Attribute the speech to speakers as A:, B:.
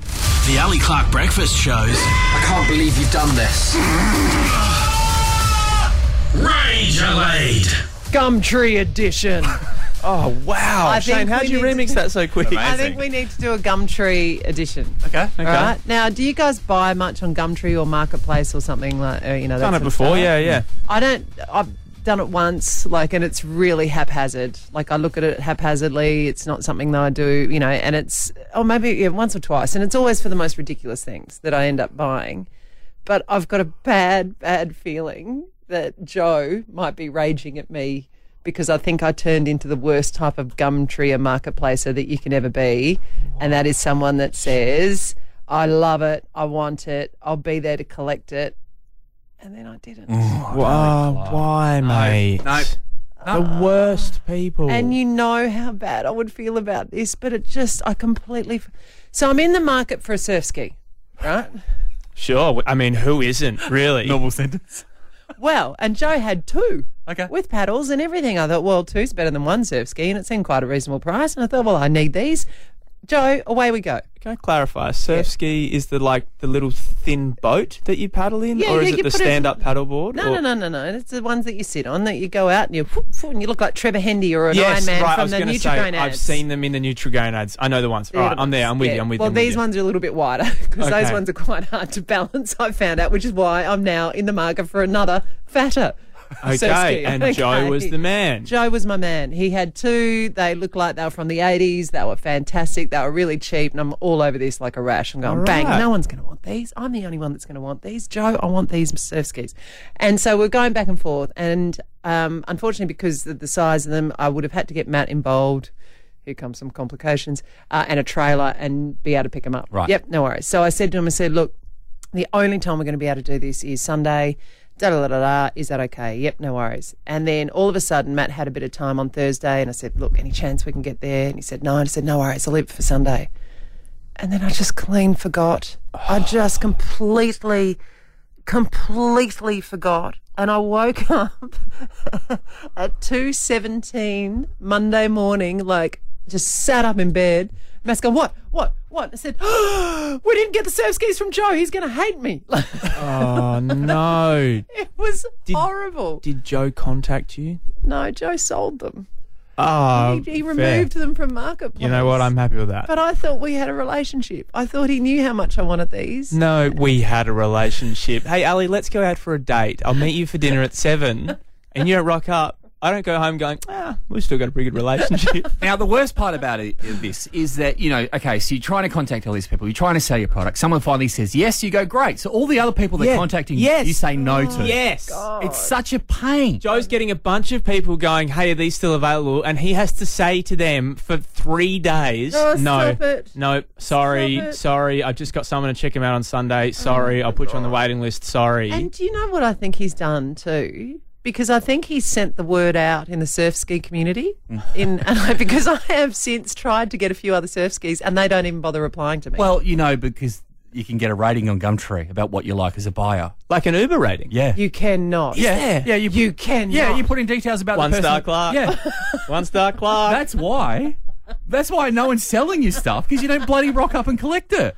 A: The Ali Clark breakfast shows.
B: I can't believe you've done this.
A: Rage Alade.
C: Gumtree edition.
D: Oh wow,
E: I
D: Shane,
E: think
D: how
E: we
D: would you
E: need-
D: remix that so quick?
E: I think we need to do a Gumtree edition.
D: Okay, okay.
E: All right. Now, do you guys buy much on Gumtree or Marketplace or something like uh, you know? that
D: Done it
E: sort of
D: before,
E: stuff?
D: yeah, yeah.
E: I don't. I've done it once, like, and it's really haphazard. Like, I look at it haphazardly. It's not something that I do, you know. And it's or maybe yeah, once or twice, and it's always for the most ridiculous things that I end up buying. But I've got a bad, bad feeling that Joe might be raging at me because I think I turned into the worst type of gum tree or marketplacer that you can ever be, and that is someone that says. I love it. I want it. I'll be there to collect it. And then I didn't.
D: Wow, why, mate?
B: no.
D: The worst people.
E: and you know how bad I would feel about this, but it just I completely. f- So I'm in the market for a surf ski, right?
D: sure. I mean, who isn't really?
F: Normal sentence.
E: well, and Joe had two.
F: Okay.
E: With paddles and everything, I thought, well, two's better than one surf ski, and it seemed quite a reasonable price. And I thought, well, I need these. Joe, away we go.
D: Can I clarify? Surf ski is the like the little thin boat that you paddle in,
E: Yeah,
D: or
E: yeah,
D: is
E: you
D: it the
E: put it-
D: stand-up paddleboard?
E: No, no,
D: or-
E: no, no, no. It's the ones that you sit on that you go out and you whoop, whoop, and you look like Trevor Hendy or an Iron
D: Yes,
E: Man
D: right. I
E: from
D: was
E: the
D: going to say
E: Nutrigrain
D: I've
E: ads.
D: seen them in the Nutrigrain ads. I know the ones. Right, I'm there. I'm with
E: Yeah.
D: you. I'm with
E: well,
D: you. I'm with
E: these
D: you.
E: ones are a little bit wider because those
D: Okay.
E: ones are quite hard to balance. I found out, which is why I'm now in the market for another fatter. surf
D: Okay,
E: ski.
D: and Joe
E: Okay.
D: was the man.
E: Joe was my man. He had two. They looked like they were from the 80s. They were fantastic. They were really cheap. And I'm all over this like a rash. I'm going, bang,
D: right.
E: no one's going to want these. I'm the only one that's going to want these. Joe, I want these surf skis. And so we're going back and forth. And um, unfortunately, because of the size of them, I would have had to get Matt involved. Here comes some complications. Uh, and a trailer and be able to pick them up.
F: Right.
E: Yep, no worries. So I said to him, I said, look, the only time we're going to be able to do this is Sunday. Da da da da. da. Is that okay? Yep, no worries. And then all of a sudden, Matt had a bit of time on Thursday, and I said, "Look, any chance we can get there?" And he said, "No." And I said, "No worries. I'll leave it for Sunday." And then I just clean forgot. I just completely, completely forgot. And I woke up at two seventeen Monday morning, like just sat up in bed. Matt's going, "What? What? What?" I said, "We didn't get the surf skis from Joe. He's going to hate me."
D: Oh no!
E: It was horrible.
D: Did Joe contact you?
E: no, Joe sold them.
D: Oh,
E: he, he
D: fair.
E: removed them from marketplace.
D: You know what? I'm happy with that.
E: But I thought we had a relationship. I thought he knew how much I wanted these.
D: No, we had a relationship. Hey, Ali, let's go out for a date. I'll meet you for dinner at seven, and you don't rock up. I don't go home going, ah, we've still got a pretty good relationship.
B: Now, the worst part about it, of this is that, you know, okay, so you're trying to contact all these people, you're trying to sell your product. Someone finally says yes, you go, great. So all the other people that are
D: Yeah.
B: contacting
D: Yes.
B: you say no to.
D: yes.
E: Oh.
B: It's such a pain.
D: Joe's getting a bunch of people going, hey, are these still available? And he has to say to them for three days,
E: Oh,
D: no,
E: stop it.
D: no, sorry,
E: Stop it. Oh
D: sorry, I've just got someone to check him out on Sunday. Sorry, I'll put you on the waiting list. Sorry.
E: And do you know what I think he's done too? Because I think he sent the word out in the surf ski community.
B: Mm.
E: In and I, because I have since tried to get a few other surf skis, and they don't even bother replying to me.
B: Well, you know, because you can get a rating on Gumtree about what you like as a buyer.
D: like an Uber rating.
B: Yeah.
E: you cannot.
B: yeah. Yeah, you,
E: you cannot.
B: Yeah, you put in details about
D: One
B: the person.
D: star Clark.
B: Yeah.
D: One star Clark.
B: That's why. That's why no one's selling you stuff because you don't bloody rock up and collect it.